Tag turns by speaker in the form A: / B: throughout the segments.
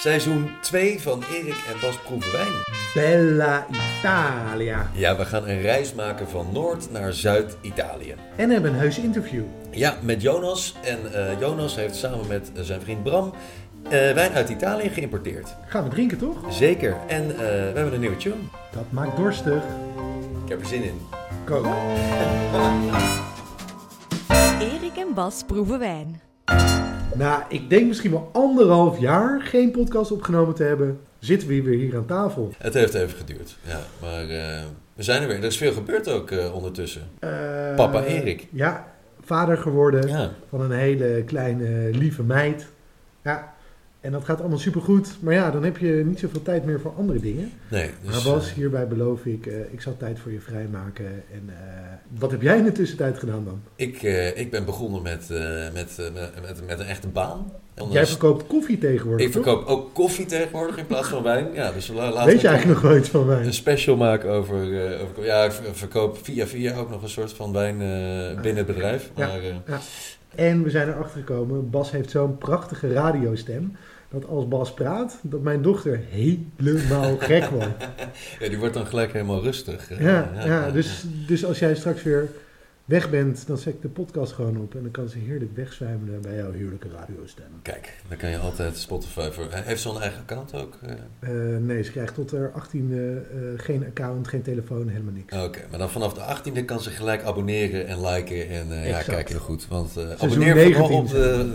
A: Seizoen 2 van Erik en Bas proeven wijn.
B: Bella Italia.
A: Ja, we gaan een reis maken van Noord naar Zuid-Italië.
B: En hebben een heus interview.
A: Ja, met Jonas. En eh, Jonas heeft samen met eh, zijn vriend Bram eh, wijn uit Italië geïmporteerd.
B: Gaan we drinken toch?
A: Zeker. En eh, we hebben een nieuwe tune.
B: Dat maakt dorstig.
A: Ik heb er zin in.
B: Koop.
C: Erik en Bas proeven wijn.
B: Na, Nou, ik denk misschien wel anderhalf jaar geen podcast opgenomen te hebben, zitten we weer hier aan tafel.
A: Het heeft even geduurd. Ja, maar eh, we zijn er weer. Er is veel gebeurd ook eh, ondertussen.
B: Eh,
A: Papa Erik.
B: Ja, vader geworden
A: Ja.
B: van een hele kleine lieve meid. Ja, en dat gaat allemaal supergoed. Maar ja, dan heb je niet zoveel tijd meer voor andere dingen.
A: Nee, dus,
B: maar Bas,
A: eh,
B: hierbij beloof ik, eh, ik zal tijd voor je vrijmaken. En eh, wat heb jij in de tussentijd gedaan dan?
A: ik, eh, ik ben begonnen met, eh, met, eh, met, met, met een echte baan.
B: Jij
A: Anders-
B: verkoopt koffie tegenwoordig,
A: Ik
B: toch?
A: verkoop ook koffie tegenwoordig in plaats van wijn. Ja, dus la- laten
B: Weet
A: we
B: je eigenlijk nog wel iets van mij?
A: een special maken over, eh, over- Ja, ik ver- verkoop via via ook nog een soort van wijn eh, binnen het bedrijf.
B: Ja.
A: Maar, eh,
B: En we zijn erachter gekomen, Bas heeft zo'n prachtige radiostem. Dat als Bas praat, dat mijn dochter helemaal gek wordt.
A: ja, die wordt dan gelijk helemaal rustig. Eh,
B: Ja, ja, dus, dus als jij straks weer weg bent, dan zet ik de podcast gewoon op. En dan kan ze heerlijk wegzwijmen bij jouw heerlijke radiostem.
A: Kijk, dan kan je altijd Spotify voor... Hij heeft zo'n eigen account ook. eh?
B: Eh, nee, ze krijgt tot haar 18 eh, eh, geen account, geen telefoon, helemaal niks.
A: Eh, Oké, maar dan vanaf de 18e kan ze gelijk abonneren en liken en eh, ja,
B: Exact.
A: kijk heel goed. Want eh abonneer
B: 19
A: vooral op de,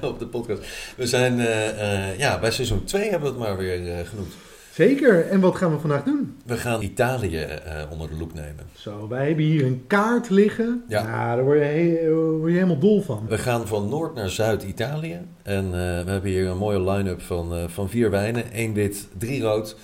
A: de, op de podcast. We zijn, eh, eh, ja, bij seizoen 2 hebben we het maar weer eh, genoemd.
B: Zeker, en wat gaan we vandaag doen?
A: We gaan Italië eh, onder de loep nemen.
B: Zo, wij hebben hier een kaart liggen.
A: Ja.
B: Nou, daar word je, he- word je helemaal dol van.
A: We gaan van Noord naar Zuid-Italië. En eh, we hebben hier een mooie line-up van, eh, van vier wijnen. één wit, drie rood.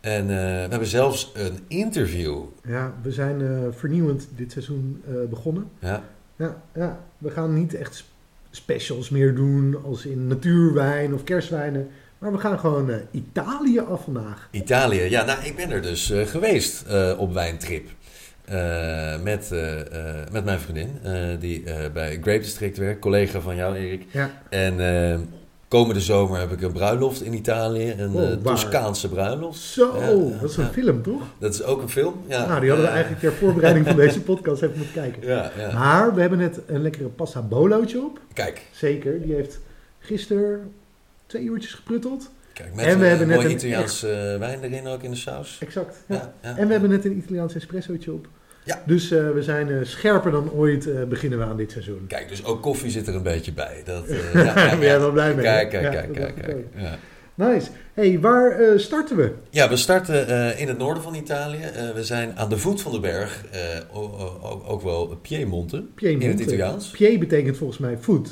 A: En eh, we hebben zelfs een interview.
B: Ja, we zijn eh, vernieuwend dit seizoen eh, begonnen.
A: Ja,
B: Ja, ja, we gaan niet echt sp- specials meer doen als in natuurwijn of kerstwijnen. Maar we gaan gewoon eh, Italië af vandaag.
A: Italië. Ja, nou, ik ben er dus eh, geweest eh, op wijntrip. Eh, met, eh, eh, met mijn vriendin, eh, die eh, bij Grape District werkt, collega van jou, Erik.
B: Ja.
A: En eh, komende zomer heb ik een bruiloft in Italië, een
B: Oh,
A: eh,
B: waar?
A: Toscaanse bruiloft.
B: Zo,
A: Ja, ja,
B: dat is een
A: ja.
B: film toch?
A: Dat is ook een film. Ja,
B: nou, die hadden we
A: Eh,
B: eigenlijk Nou, ter voorbereiding van deze podcast even moeten kijken.
A: Ja, ja.
B: Maar we hebben net een lekkere pasta bolootje op.
A: Kijk,
B: Zeker, die heeft gisteren twee uurtjes geprutteld.
A: Kijk, met
B: En we
A: een
B: hebben net
A: mooi
B: een
A: Italiaans eh, wijn erin ook in de saus.
B: Exact. Ja.
A: Ja, ja.
B: En we hebben net een Italiaans espressootje op.
A: Ja.
B: Dus eh, we zijn eh, scherper dan ooit eh, beginnen we aan dit seizoen.
A: Kijk, dus ook koffie zit er een beetje bij. Dat, eh, ja, ja,
B: Daar ben jij wel blij mee. hè?
A: Kijk, kijk,
B: Ja,
A: kijk,
B: dat
A: kijk.
B: dacht ik
A: kijk.
B: ook.
A: Ja.
B: Nice. hey, waar eh, starten we?
A: ja, we starten eh, in het noorden van Italië. Eh, we zijn aan de voet van de berg, eh, o- o- o- ook wel Piemonte.
B: Piemonte.
A: In het Italiaans.
B: Pie betekent volgens mij voet.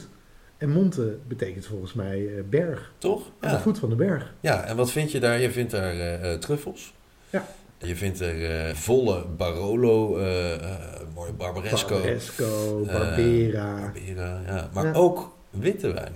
B: En monte betekent volgens mij eh, berg.
A: Toch?
B: Aan de
A: Ja.
B: voet van de berg.
A: ja, en wat vind je daar? Je vindt daar eh, eh, truffels.
B: Ja.
A: Je vindt er eh, volle Barolo, eh, eh, mooie Barbaresco.
B: Barbaresco,
A: Eh,
B: Barbera.
A: Barbera, ja. Maar
B: Ja.
A: ook witte wijn.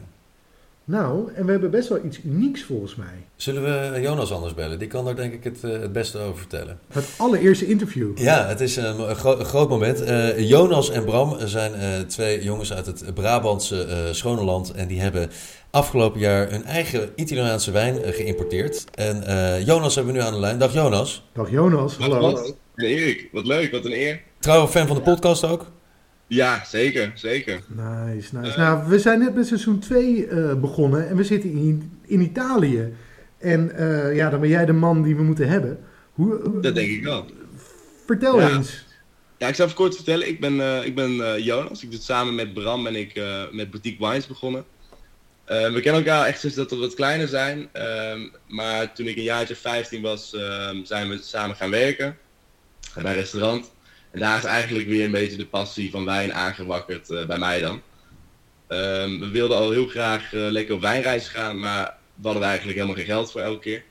B: nou, en we hebben best wel iets unieks volgens mij.
A: Zullen we Jonas anders bellen? Die kan daar denk ik het, eh, het beste over vertellen.
B: Het allereerste interview.
A: Ja, het is een, gro- een groot moment. Eh, Jonas en Bram zijn eh, twee jongens uit het Brabantse eh Schoneland. En die hebben afgelopen jaar hun eigen Italiaanse wijn eh, geïmporteerd. En eh, Jonas hebben we nu aan de lijn. Dag Jonas.
B: Dag Jonas, hallo.
D: Hey, Erik, wat leuk, wat een eer.
A: Trouwe fan van de podcast ook.
D: Ja, zeker, zeker.
B: Nice,
D: Eh.
B: nice. nou, we zijn net met seizoen 2 begonnen en we zitten in, in Italië. En eh, ja, dan ben jij de man die we moeten hebben. Hoe, eh,
D: Dat denk ik wel.
B: Vertel
D: Ja.
B: eens.
D: Ja, ik zal even kort vertellen. Ik ben, eh, ik ben eh, Jonas. Ik doe het samen met Bram ben ik eh, met Boutique Wines begonnen. Eh, we kennen elkaar echt sinds dat we wat kleiner zijn. Ehm, maar toen ik een jaartje 15 was, ehm, zijn we samen gaan werken. Gaan naar een restaurant. En daar is eigenlijk weer een beetje de passie van wijn aangewakkerd eh, bij mij dan. Ehm, we wilden al heel graag eh, lekker op wijnreis gaan, maar we hadden er eigenlijk helemaal geen geld voor elke keer.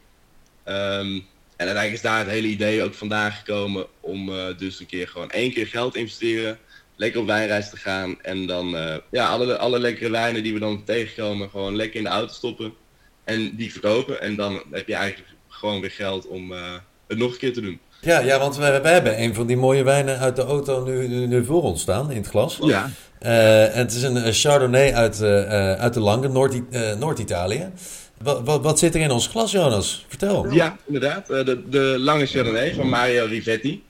D: Ehm, en uiteindelijk is daar het hele idee ook vandaan gekomen om eh, dus een keer gewoon één keer geld te investeren. Lekker op wijnreis te gaan en dan eh, ja, alle, alle lekkere wijnen die we dan tegenkomen gewoon lekker in de auto stoppen. En die verkopen en dan heb je eigenlijk gewoon weer geld om eh, het nog een keer te doen.
A: Ja, ja want wij, wij hebben een van die mooie wijnen uit de auto nu, nu, nu voor ons staan, in het glas.
D: Ja,
A: Eh, en het is een eh, Chardonnay uit, eh, eh, uit de Lange, Noord-I- eh, Noord-Italië. wat, wat, wat zit er in ons glas, Jonas? Vertel.
D: ja inderdaad. Eh, de, de lange Chardonnay van Mario Rivetti.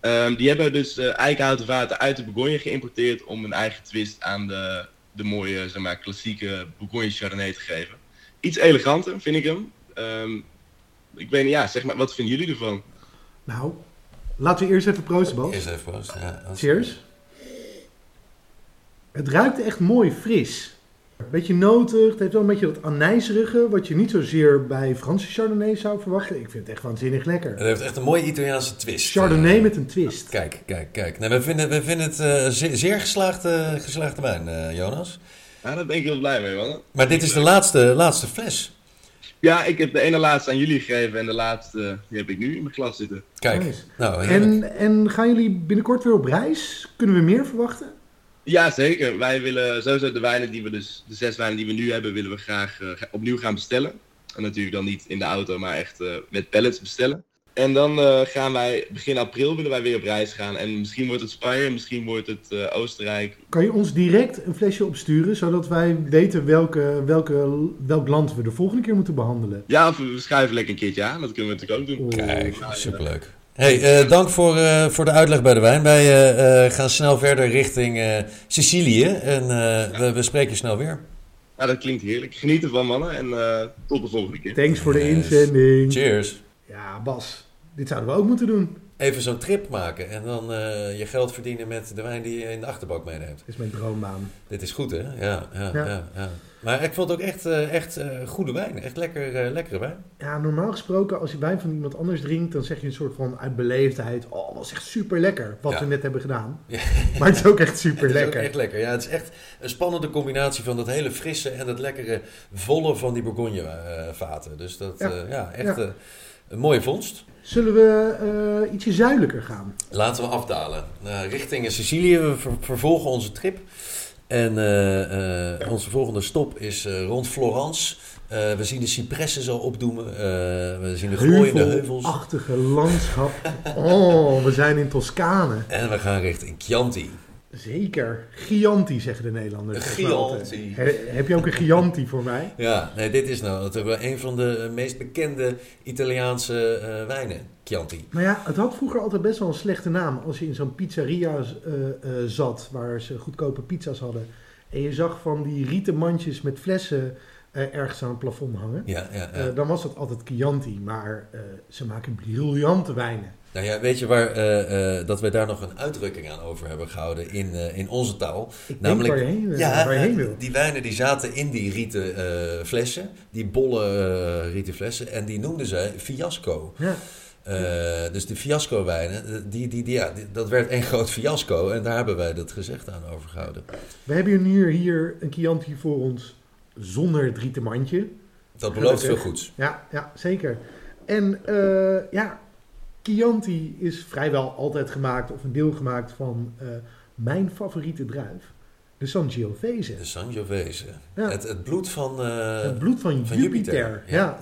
D: Ehm, die hebben dus eh, eikenhouten vaten uit de Bourgogne geïmporteerd om een eigen twist aan de, de mooie, zeg maar, klassieke Bourgogne Chardonnay te geven. Iets eleganter, vind ik hem. Ehm, ik weet niet, ja, zeg maar, wat vinden jullie ervan?
B: Nou, laten we eerst even proosten, Bas.
A: Eerst even proost. Ja, dat is-
B: Cheers. Het ruikt echt mooi fris. Beetje notig, het heeft wel een beetje dat anijzerige, wat je niet zozeer bij Franse Chardonnay zou verwachten. Ik vind het echt waanzinnig
A: Het
D: Eh,
B: lekker.
A: heeft echt een mooie Italiaanse twist. eh.
B: Chardonnay met een twist.
A: Kijk, kijk, kijk. Nee, we vinden, we vinden het eh, zeer, zeer geslaagde, geslaagde wijn, eh, Jonas.
D: Ja, daar ben ik heel blij mee, man.
A: Maar dit is de laatste, laatste fles.
D: Ja, ik heb de ene laatste aan jullie gegeven en de laatste eh, die heb ik nu in mijn klas zitten.
A: Kijk,
B: Nice.
A: nou, heerlijk.
B: En, en gaan jullie binnenkort weer op reis? Kunnen we meer verwachten?
D: Ja, zeker. Wij willen sowieso de wijnen die we dus, de zes wijnen die we nu hebben, willen we graag eh, ga- opnieuw gaan bestellen. En natuurlijk dan niet in de auto, maar echt eh, met pallets bestellen. En dan eh, gaan wij, begin april willen wij weer op reis gaan. En misschien wordt het Spanje, misschien wordt het eh, Oostenrijk.
B: Kan je ons direct een flesje opsturen, zodat wij weten welke, welke, welk land we de volgende keer moeten behandelen?
D: Ja, of we schuiven lekker een keertje aan, dat kunnen we natuurlijk ook doen.
A: Kijk, superleuk. Hey, eh, dank voor, eh, voor de uitleg bij de wijn. Wij eh, eh, gaan snel verder richting eh, Sicilië. En eh, we, we spreken je snel weer.
D: Nou, dat klinkt heerlijk. Geniet ervan, mannen. En eh, tot de volgende keer.
B: Thanks voor de
A: Yes.
B: inzending.
A: Cheers.
B: Ja, Bas, dit zouden we ook moeten doen.
A: Even zo'n trip maken en dan eh, je geld verdienen met de wijn die je in de achterbak meeneemt.
B: Dit is mijn droombaan.
A: Dit is goed, hè? Ja, ja, ja.
B: Ja.
A: ja, Maar ik vond het ook echt, eh, echt eh, goede wijn. Echt lekker, eh, lekkere wijn.
B: Ja, normaal gesproken, als je wijn van iemand anders drinkt, dan zeg je een soort van uit beleefdheid: Oh, was echt super lekker wat
A: Ja.
B: we net hebben gedaan.
A: Ja.
B: Maar het is ook echt
A: Het
B: super
A: is ook
B: lekker.
A: echt lekker. Ja, het is echt een spannende combinatie van dat hele frisse en dat lekkere volle van die Bourgogne eh, vaten. Dus dat,
B: Ja.
A: ja, ja echt
B: Ja.
A: eh, een mooie vondst.
B: Zullen we eh, ietsje zuidelijker gaan?
A: Laten we afdalen. Eh, richting Sicilië. We ver- vervolgen onze trip. En eh, eh, onze volgende stop is eh, rond Florence. Eh, we zien de cipressen zo opdoemen. Eh, we zien de glooiende heuvels.
B: Heuvelachtige landschap. Oh, we zijn in Toscane.
A: En we gaan richting Chianti.
B: Zeker. Gianti, zeggen de Nederlanders.
A: Een
B: Dat is wel altijd.
A: Chianti.
B: He- heb je ook een Gianti voor mij?
A: Ja, nee, dit is nou natuurlijk wel een van de eh, meest bekende Italiaanse eh, wijnen. Chianti.
B: Nou ja, het had vroeger altijd best wel een slechte naam. Als je in zo'n pizzeria eh, eh, zat, waar ze goedkope pizza's hadden. En je zag van die rieten mandjes met flessen eh, ergens aan het plafond hangen.
A: Ja, ja, ja.
B: Eh, dan was dat altijd Chianti. Maar eh, ze maken briljante wijnen.
A: Nou ja, weet je waar eh, eh, dat wij daar nog een uitdrukking aan over hebben gehouden in, eh, in onze taal?
B: Ik
A: Namelijk-
B: denk waar je heen, eh,
A: Ja,
B: waar je heen
A: eh,
B: wil.
A: die wijnen die zaten in die rieten eh, flessen, die bolle eh, rieten flessen, en die noemden zij fiasco.
B: Ja,
A: Eh, dus de fiasco wijnen, eh, die, die, die, ja, die- dat werd een groot fiasco en daar hebben wij dat gezegd aan overgehouden.
B: we hebben hier, hier een Chianti voor ons zonder het rieten mandje.
A: Dat belooft veel
B: Gelukkig.
A: goeds.
B: Dus, Ja, ja zeker. En eh, ja, Chianti is vrijwel altijd gemaakt of een deel gemaakt van eh, mijn favoriete druif. De Sangiovese.
A: De Sangiovese.
B: Ja.
A: Het, het bloed van... eh,
B: het bloed van,
A: van
B: Jupiter.
A: Jupiter. Ja,
B: Ja,
A: ja,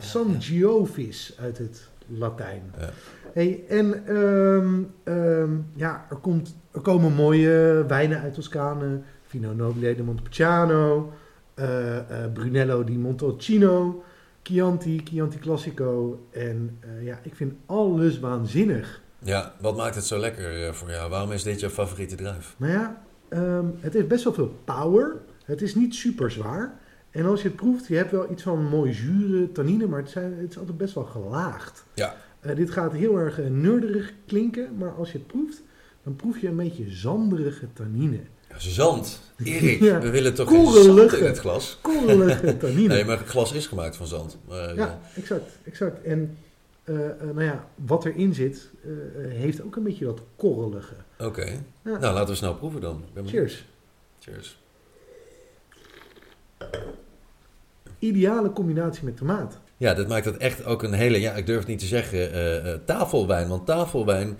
B: Sangiovis uit het Latijn.
A: Ja.
B: Hey, en ehm, ehm, ja, er, komt, er komen mooie wijnen uit Toscane. Vino Nobile de Montepulciano. eh, eh, Brunello di Montalcino. Chianti, Chianti Classico. En eh, ja, ik vind alles waanzinnig.
A: ja, wat maakt het zo lekker eh, voor jou? Waarom is dit jouw favoriete druif?
B: Maar ja, ehm, het heeft best wel veel power. Het is niet super zwaar. En als je het proeft, je hebt wel iets van mooi zure tannine, maar het, zijn, het is altijd best wel gelaagd.
A: Ja.
B: Eh, dit gaat heel erg eh, neurderig klinken, maar als je het proeft, dan proef je een beetje zanderige tannine.
A: Zand. Erik,
B: Ja.
A: we willen toch geen zand
B: Korrelige.
A: in het glas?
B: Korrelige tannine.
A: Nee, maar het glas is gemaakt van zand. Maar, eh,
B: Ja, exact, exact. En eh, eh, nou ja, wat erin zit, eh, eh, heeft ook een beetje dat korrelige.
A: Oké.
B: Ja.
A: Nou, laten we snel proeven dan. Ik ben benieuwd.
B: Cheers.
A: Cheers.
B: Ideale combinatie met tomaat.
A: Ja, dat maakt het echt ook een hele, ja, ik durf het niet te zeggen, eh, eh, tafelwijn. Want tafelwijn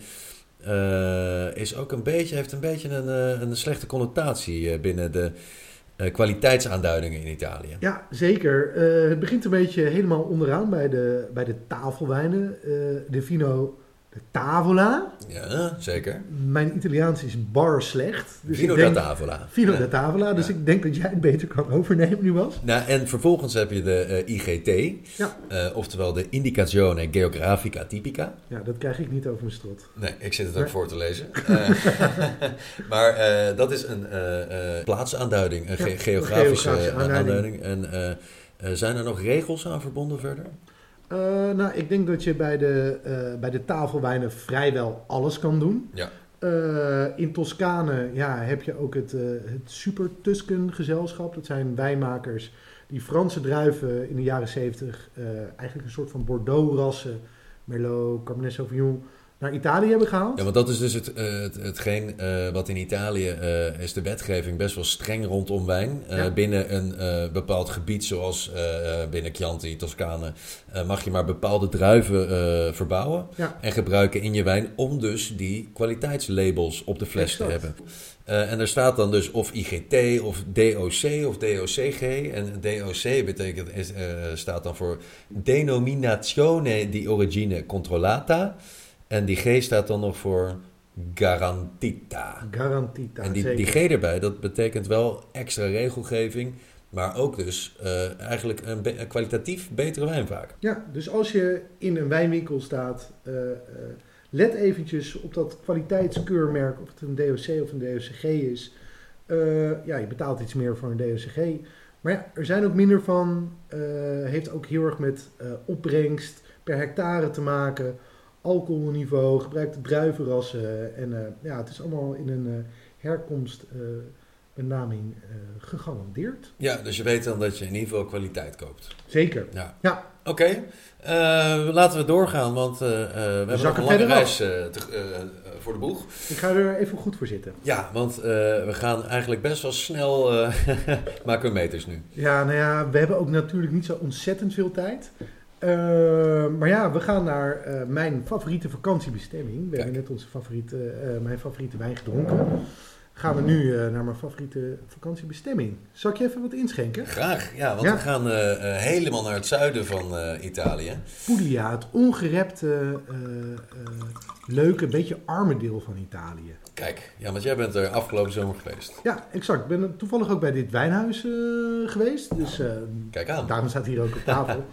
A: eh, is ook een beetje, heeft een beetje een, eh, een slechte connotatie eh, binnen de eh, kwaliteitsaanduidingen in Italië.
B: Ja, zeker. Eh, het begint een beetje helemaal onderaan bij de, bij de tafelwijnen. Eh, de Vino, de tavola.
A: Ja, zeker.
B: Mijn Italiaans is bar slecht. Dus
A: Vino
B: ik denk,
A: da Tavola.
B: Vino
A: Ja.
B: da tavola. Dus
A: Ja.
B: ik denk dat jij het beter kan overnemen nu, Bas.
A: Nou, en vervolgens heb je de eh, IGT,
B: Ja.
A: eh, oftewel de Indicazione Geografica Typica.
B: Ja, dat krijg ik niet over mijn strot.
A: Nee, ik zit het ook
B: Nee.
A: voor te lezen. Eh, maar eh, dat is een eh, eh, plaatsaanduiding, een ge-
B: Ja, een
A: geografische,
B: geografische
A: eh, aanduiding.
B: aanduiding.
A: En eh, eh, zijn er nog regels aan verbonden verder?
B: Eh, nou, ik denk dat je bij de, eh, bij de tafelwijnen vrijwel alles kan doen.
A: Ja.
B: Eh, in Toscane ja, heb je ook het, eh, het Super Tusken gezelschap. Dat zijn wijnmakers die Franse druiven in de jaren 70, eh, eigenlijk een soort van Bordeaux-rassen, Merlot, Cabernet Sauvignon, naar Italië hebben gehaald.
A: Ja, want dat is dus het, eh, het, hetgeen eh, wat in Italië eh, is de wetgeving best wel streng rondom wijn. Eh,
B: Ja.
A: Binnen een eh, bepaald gebied, zoals eh, eh, binnen Chianti, Toscane, eh, mag je maar bepaalde druiven eh, verbouwen
B: Ja.
A: en gebruiken in je wijn om dus die kwaliteitslabels op de fles te
B: Exact.
A: hebben. Eh, en er staat dan dus of IGT of DOC of DOCG. En DOC betekent, is, eh, staat dan voor Denominazione di Origine Controllata. En die G staat dan nog voor Garantita.
B: Garantita.
A: en die,
B: zeker.
A: die G erbij, dat betekent wel extra regelgeving. Maar ook dus eh, eigenlijk een, be- een kwalitatief betere wijn vaak.
B: Ja, dus als je in een wijnwinkel staat, eh, eh, let eventjes op dat kwaliteitskeurmerk, of het een DOC of een DOCG is. Eh, ja, je betaalt iets meer voor een DOCG. Maar ja, er zijn ook minder van. Eh, heeft ook heel erg met eh, opbrengst per hectare te maken. Alcoholniveau, gebruikte druivenrassen. En eh, ja, het is allemaal in een eh, herkomstbenaming eh gegarandeerd.
A: Ja, dus je weet dan dat je in ieder geval kwaliteit koopt.
B: Zeker.
A: Ja.
B: Ja.
A: Oké, eh, laten we doorgaan, want eh, eh, we hebben nog
B: zakken
A: een lange
B: verder
A: reis eh, te- eh, eh, voor de boeg.
B: Ik ga er even goed voor zitten.
A: Ja, want eh, we gaan eigenlijk best wel snel, eh, maken we meters nu.
B: Ja, nou ja, we hebben ook natuurlijk niet zo ontzettend veel tijd. Eh, maar ja, we gaan naar eh, mijn favoriete vakantiebestemming. We hebben net onze favoriete, eh, mijn favoriete wijn gedronken. Gaan we nu eh, naar mijn favoriete vakantiebestemming. Zal ik je even wat inschenken?
A: Graag, ja, want
B: Ja.
A: we gaan eh, eh, helemaal naar het zuiden van eh, Italië.
B: Puglia, het ongerepte, eh, eh, leuke, beetje arme deel van Italië.
A: Kijk, ja, want jij bent er afgelopen zomer geweest.
B: Ja, exact. Ik ben toevallig ook bij dit wijnhuis eh, geweest. Dus eh,
A: Kijk aan.
B: Daarom staat hier ook op tafel.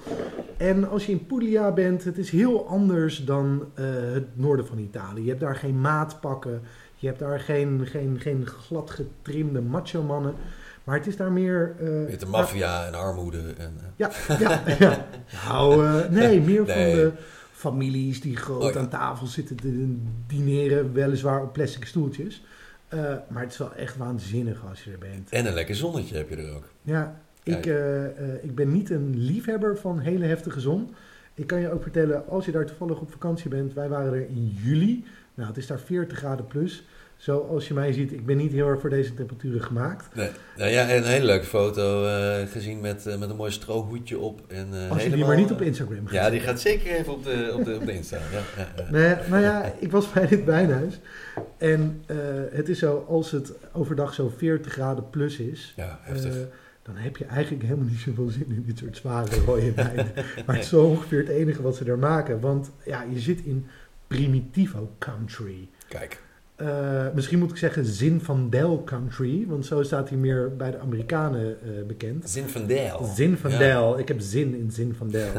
B: en als je in Puglia bent, het is heel anders dan eh, het noorden van Italië. Je hebt daar geen maatpakken. Je hebt daar geen, geen, geen glad getrimde macho mannen. Maar het is daar meer... eh,
A: Met de maffia en armoede. En, eh,
B: Ja, ja, ja. Nou, eh, nee, meer van
A: Nee.
B: de families die groot
A: Oh, ja.
B: aan tafel zitten te dineren. Weliswaar op plastic stoeltjes. Eh, maar het is wel echt waanzinnig als je er bent.
A: en een lekker zonnetje heb je er ook.
B: Ja,
A: Kijk.
B: ik, eh, eh, ik ben niet een liefhebber van hele heftige zon. Ik kan je ook vertellen, als je daar toevallig op vakantie bent, wij waren er in juli. Nou, het is daar 40 graden plus. Zoals je mij ziet, ik ben niet heel erg voor deze temperaturen gemaakt.
A: Nee, nou ja, en een hele leuke foto eh, gezien met, eh, met een mooi strohoedje op. En, eh,
B: Als je die
A: helemaal,
B: maar niet op
A: eh,
B: Instagram gaat.
A: Ja, die gaat zeker even op de, op de, op de Insta. Ja, ja, ja.
B: Nee, nou ja, ik was bij dit wijnhuis. En eh, het is zo, als het overdag zo 40 graden plus is,
A: Ja, heftig.
B: Eh, dan heb je eigenlijk helemaal niet zoveel zin in dit soort zware rode wijn. Maar het is zo ongeveer het enige wat ze daar maken. Want ja, je zit in primitivo country.
A: Kijk.
B: Eh, misschien moet ik zeggen zin van Del country. Want zo staat hij meer bij de Amerikanen eh, bekend.
A: Zin van Del.
B: Zin van
A: Oh, Ja.
B: Del. Ik heb zin in zin van Del.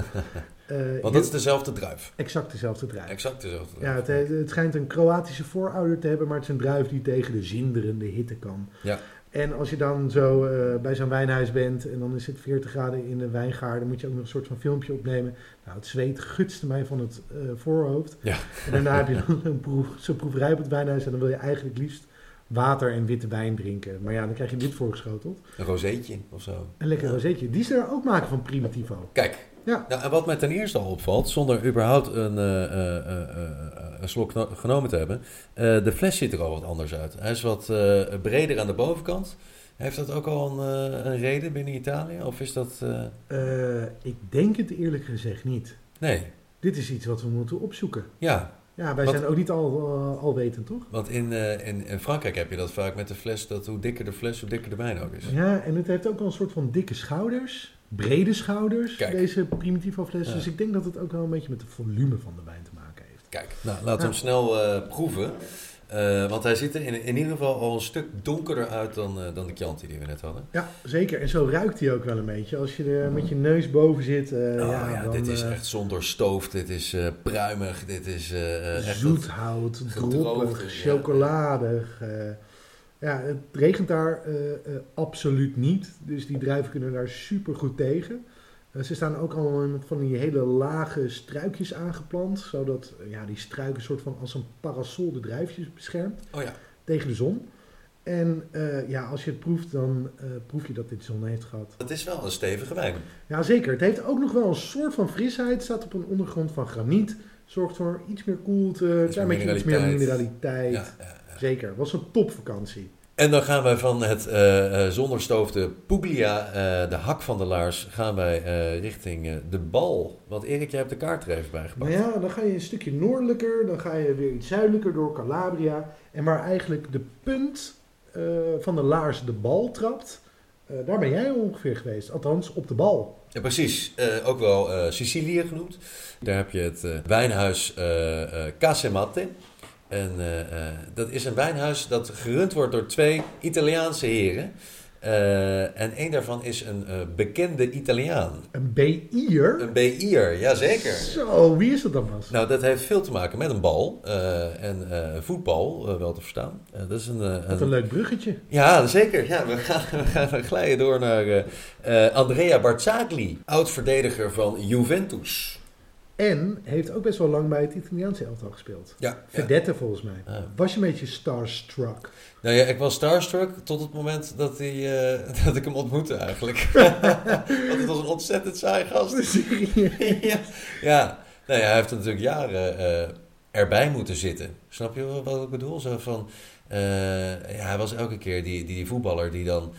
B: Eh,
A: Want
B: je-
A: dat is dezelfde druif.
B: Exact dezelfde druif.
A: Exact dezelfde
B: Ja,
A: druif.
B: het, het schijnt een Kroatische voorouder te hebben, maar het is een druif die tegen de zinderende hitte kan.
A: Ja.
B: En als je dan zo eh, bij zo'n wijnhuis bent en dan is het 40 graden in de wijngaard, dan moet je ook nog een soort van filmpje opnemen. Nou, het zweet gutste mij van het eh, voorhoofd.
A: Ja.
B: En daarna heb je dan een proef, zo'n proeverij op het wijnhuis en dan wil je eigenlijk liefst water en witte wijn drinken. Maar ja, dan krijg je dit voorgeschoteld.
A: Een rozeetje of zo.
B: Een lekker
A: Ja.
B: rozeetje. Die ze er ook maken van Primitivo.
A: Kijk.
B: Ja.
A: Nou, en wat mij ten eerste al opvalt, zonder überhaupt een, eh, eh, eh, eh, een slok kno- genomen te hebben, eh, de fles ziet er al wat anders uit. Hij is wat eh, breder aan de bovenkant. Heeft dat ook al een, eh, een reden binnen Italië? Of is dat... eh,
B: Eh, ik denk het eerlijk gezegd niet.
A: Nee.
B: Dit is iets wat we moeten opzoeken.
A: Ja,
B: Ja, wij
A: Wat-
B: zijn ook niet al, eh, alwetend, toch?
A: want in, eh, in, in Frankrijk heb je dat vaak met de fles, dat hoe dikker de fles, hoe dikker de wijn ook is.
B: Ja, en het heeft ook wel een soort van dikke schouders. Brede schouders,
A: Kijk.
B: deze primitivo fles. Dus
A: Ja.
B: ik denk dat het ook wel een beetje met het volume van de wijn te maken heeft.
A: Kijk, nou, laten we hem snel eh, proeven. Eh, want hij ziet er in, in ieder geval al een stuk donkerder uit dan, eh, dan de Chianti die we net hadden.
B: Ja, zeker. En zo ruikt hij ook wel een beetje. Als je er met je neus boven zit, eh,
A: Oh,
B: ja,
A: ja,
B: dan,
A: dit is
B: eh,
A: echt zonder stoof, dit is eh, pruimig, dit is eh, echt... dat-
B: zoethout,
A: gedroogde, ja.
B: droppig, chocoladig. eh. ja, het regent daar eh, eh, absoluut niet. Dus die druiven kunnen daar super goed tegen. Eh, ze staan ook al in van die hele lage struikjes aangeplant. Zodat eh, ja, die struiken soort van als een parasol de druifjes beschermt
A: Oh ja,
B: tegen de zon. En eh, ja, als je het proeft, dan eh, proef je dat dit zon heeft gehad.
A: het is wel een stevige wijn.
B: Ja, zeker. Het heeft ook nog wel een soort van frisheid. Staat op een ondergrond van graniet. Zorgt voor iets meer koelte, een klein beetje iets meer
A: mineraliteit.
B: mineraliteit.
A: Ja, ja.
B: Zeker, was een topvakantie.
A: En dan gaan wij van het eh, eh, zonder stoof de Puglia, eh, de hak van de laars, gaan wij eh, richting eh, de bal. Want Erik, jij hebt de kaart er even bij
B: Maar
A: gepakt.
B: Nou ja, dan ga je een stukje noordelijker, dan ga je weer iets zuidelijker door Calabria. En waar eigenlijk de punt eh, van de laars de bal trapt, eh, daar ben jij ongeveer geweest. Althans, op de bal.
A: Ja, precies. Eh, ook wel eh, Sicilië genoemd. Daar heb je het eh, wijnhuis eh eh Casemate. En eh, eh, dat is een wijnhuis dat gerund wordt door twee Italiaanse heren. Eh, en één daarvan is een eh, bekende Italiaan.
B: Een BI'er?
A: Een BI'er, jazeker.
B: Zo, wie is dat dan was?
A: Nou, dat heeft veel te maken met een bal eh, en eh, voetbal, eh, wel te verstaan. Eh, dat is een, eh,
B: Wat een leuk bruggetje.
A: ja, zeker. Ja, we, gaan, we gaan glijden door naar eh, eh, Andrea Barzagli, oud-verdediger van Juventus.
B: En heeft ook best wel lang bij het Italiaanse elftal gespeeld.
A: Ja, ja.
B: Verdette volgens mij.
A: Ah.
B: Was je een beetje starstruck?
A: Nou ja, ik was starstruck tot het moment dat, hij, eh, dat ik hem ontmoette eigenlijk. Want het was een ontzettend saai gast. ja. ja, nou ja, hij heeft er natuurlijk jaren eh, erbij moeten zitten. Snap je wat ik bedoel? Zo van, eh, ja, hij was elke keer die, die voetballer die dan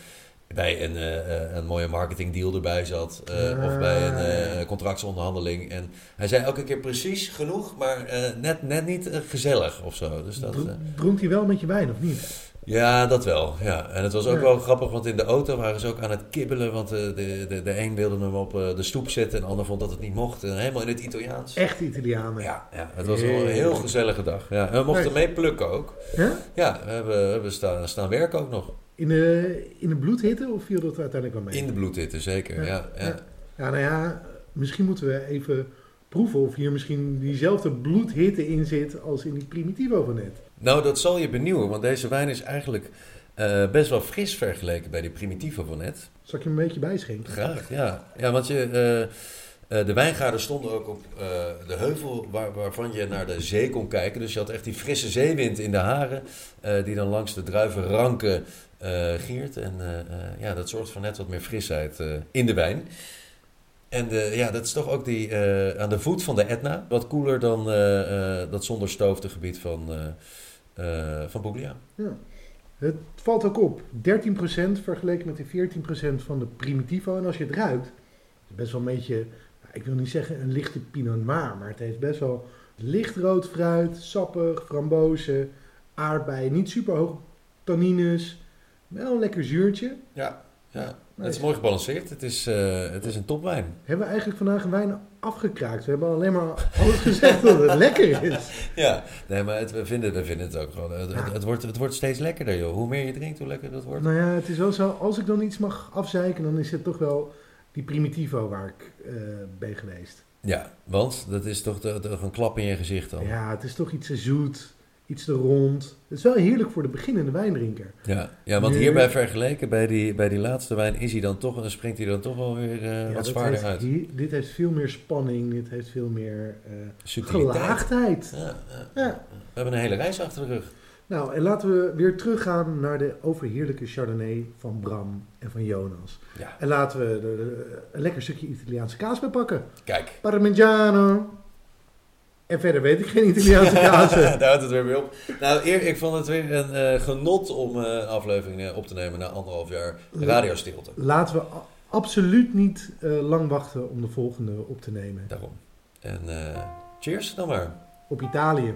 A: bij een, eh, eh, een mooie marketingdeal erbij zat. eh,
B: Ah.
A: Of bij een eh, contractsonderhandeling. En hij zei elke keer precies genoeg, maar eh, net, net niet eh, gezellig of zo. Dus dat, eh,
B: Dro- Dronk hij wel met je wijn of niet?
A: ja, dat wel. Ja. En het was ook
B: Ja.
A: wel grappig, want in de auto waren ze ook aan het kibbelen. Want eh, de, de, de een wilde hem op eh, de stoep zetten en de ander vond dat het niet mocht. En helemaal in het Italiaans.
B: Echt Italianen.
A: Ja, ja, het was wel een heel
B: Heerlijk.
A: gezellige dag. Ja. En we mochten mee plukken ook.
B: Hè?
A: Ja, we hebben, we staan, staan werken ook nog.
B: In de, in de bloedhitte of viel dat uiteindelijk wel mee?
A: In de bloedhitte, zeker. Ja, ja.
B: ja. Ja, nou ja, misschien moeten we even proeven of hier misschien diezelfde bloedhitte in zit als in die Primitivo van net.
A: Nou, dat zal je benieuwen, want deze wijn is eigenlijk eh, best wel fris vergeleken bij die Primitivo van net.
B: Zal ik je een beetje bijschenken?
A: Graag, ja. Ja, want je, eh, eh, de wijngaarden stonden ook op eh, de heuvel waar, waarvan je naar de zee kon kijken. Dus je had echt die frisse zeewind in de haren, eh, die dan langs de druivenranken eh, giert. En eh, eh, ja, dat zorgt voor net wat meer frisheid eh, in de wijn. En de, ja, dat is toch ook die, eh, aan de voet van de Etna. Wat koeler dan eh, eh, dat zonder stoofde gebied van, eh, eh, van Puglia.
B: Ja. Het valt ook op. 13% vergeleken met de 14% van de Primitivo. En als je het ruikt, is het best wel een beetje, nou, ik wil niet zeggen een lichte Pinot Noir, maar het heeft best wel licht rood fruit, sappig, frambozen, aardbeien, niet super hoog tannines, wel een lekker zuurtje.
A: Ja, ja.
B: Nee.
A: het is mooi gebalanceerd. Het is, eh, het is een topwijn.
B: Hebben we eigenlijk vandaag een wijn afgekraakt? We hebben alleen maar alles gezegd dat het lekker is.
A: Ja, nee, maar het, we, vinden, we vinden het ook gewoon. Het,
B: Ja.
A: het, het wordt, het wordt steeds lekkerder, joh. Hoe meer je drinkt, hoe lekkerder het wordt.
B: Nou ja, het is wel zo, als ik dan iets mag afzeiken, dan is het toch wel die Primitivo waar ik eh, ben geweest.
A: Ja, want dat is toch de, de- een klap in je gezicht dan. Ja,
B: Ja, het is toch iets te zoet, iets te rond. Het is wel heerlijk voor de beginnende wijndrinker.
A: ja, want
B: Nu-
A: hierbij vergeleken, bij die, bij die laatste wijn, is hij dan toch, eh, springt hij dan toch wel weer eh,
B: Ja,
A: wat
B: dat
A: zwaarder
B: heeft
A: uit.
B: hier- dit heeft veel meer spanning, dit heeft veel meer eh,
A: Subtiliteit.
B: gelaagdheid.
A: Ja, ja.
B: Ja.
A: We hebben een hele reis achter de rug.
B: Nou, en laten we weer teruggaan naar de overheerlijke Chardonnay van Bram en van Jonas.
A: Ja,
B: En laten we er eh, een lekker stukje Italiaanse kaas bij pakken.
A: kijk.
B: Parmigiano. En verder weet ik geen Italiaanse kaas.
A: Daar houdt het weer mee op. Nou, eer, ik vond het weer een eh, genot om eh afleveringen op te nemen na anderhalf jaar radiostilte.
B: Laten we a- absoluut niet eh, lang wachten om de volgende op te nemen.
A: Daarom. En eh, cheers dan maar.
B: Op Italië.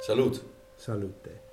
A: Salut.
B: Salute.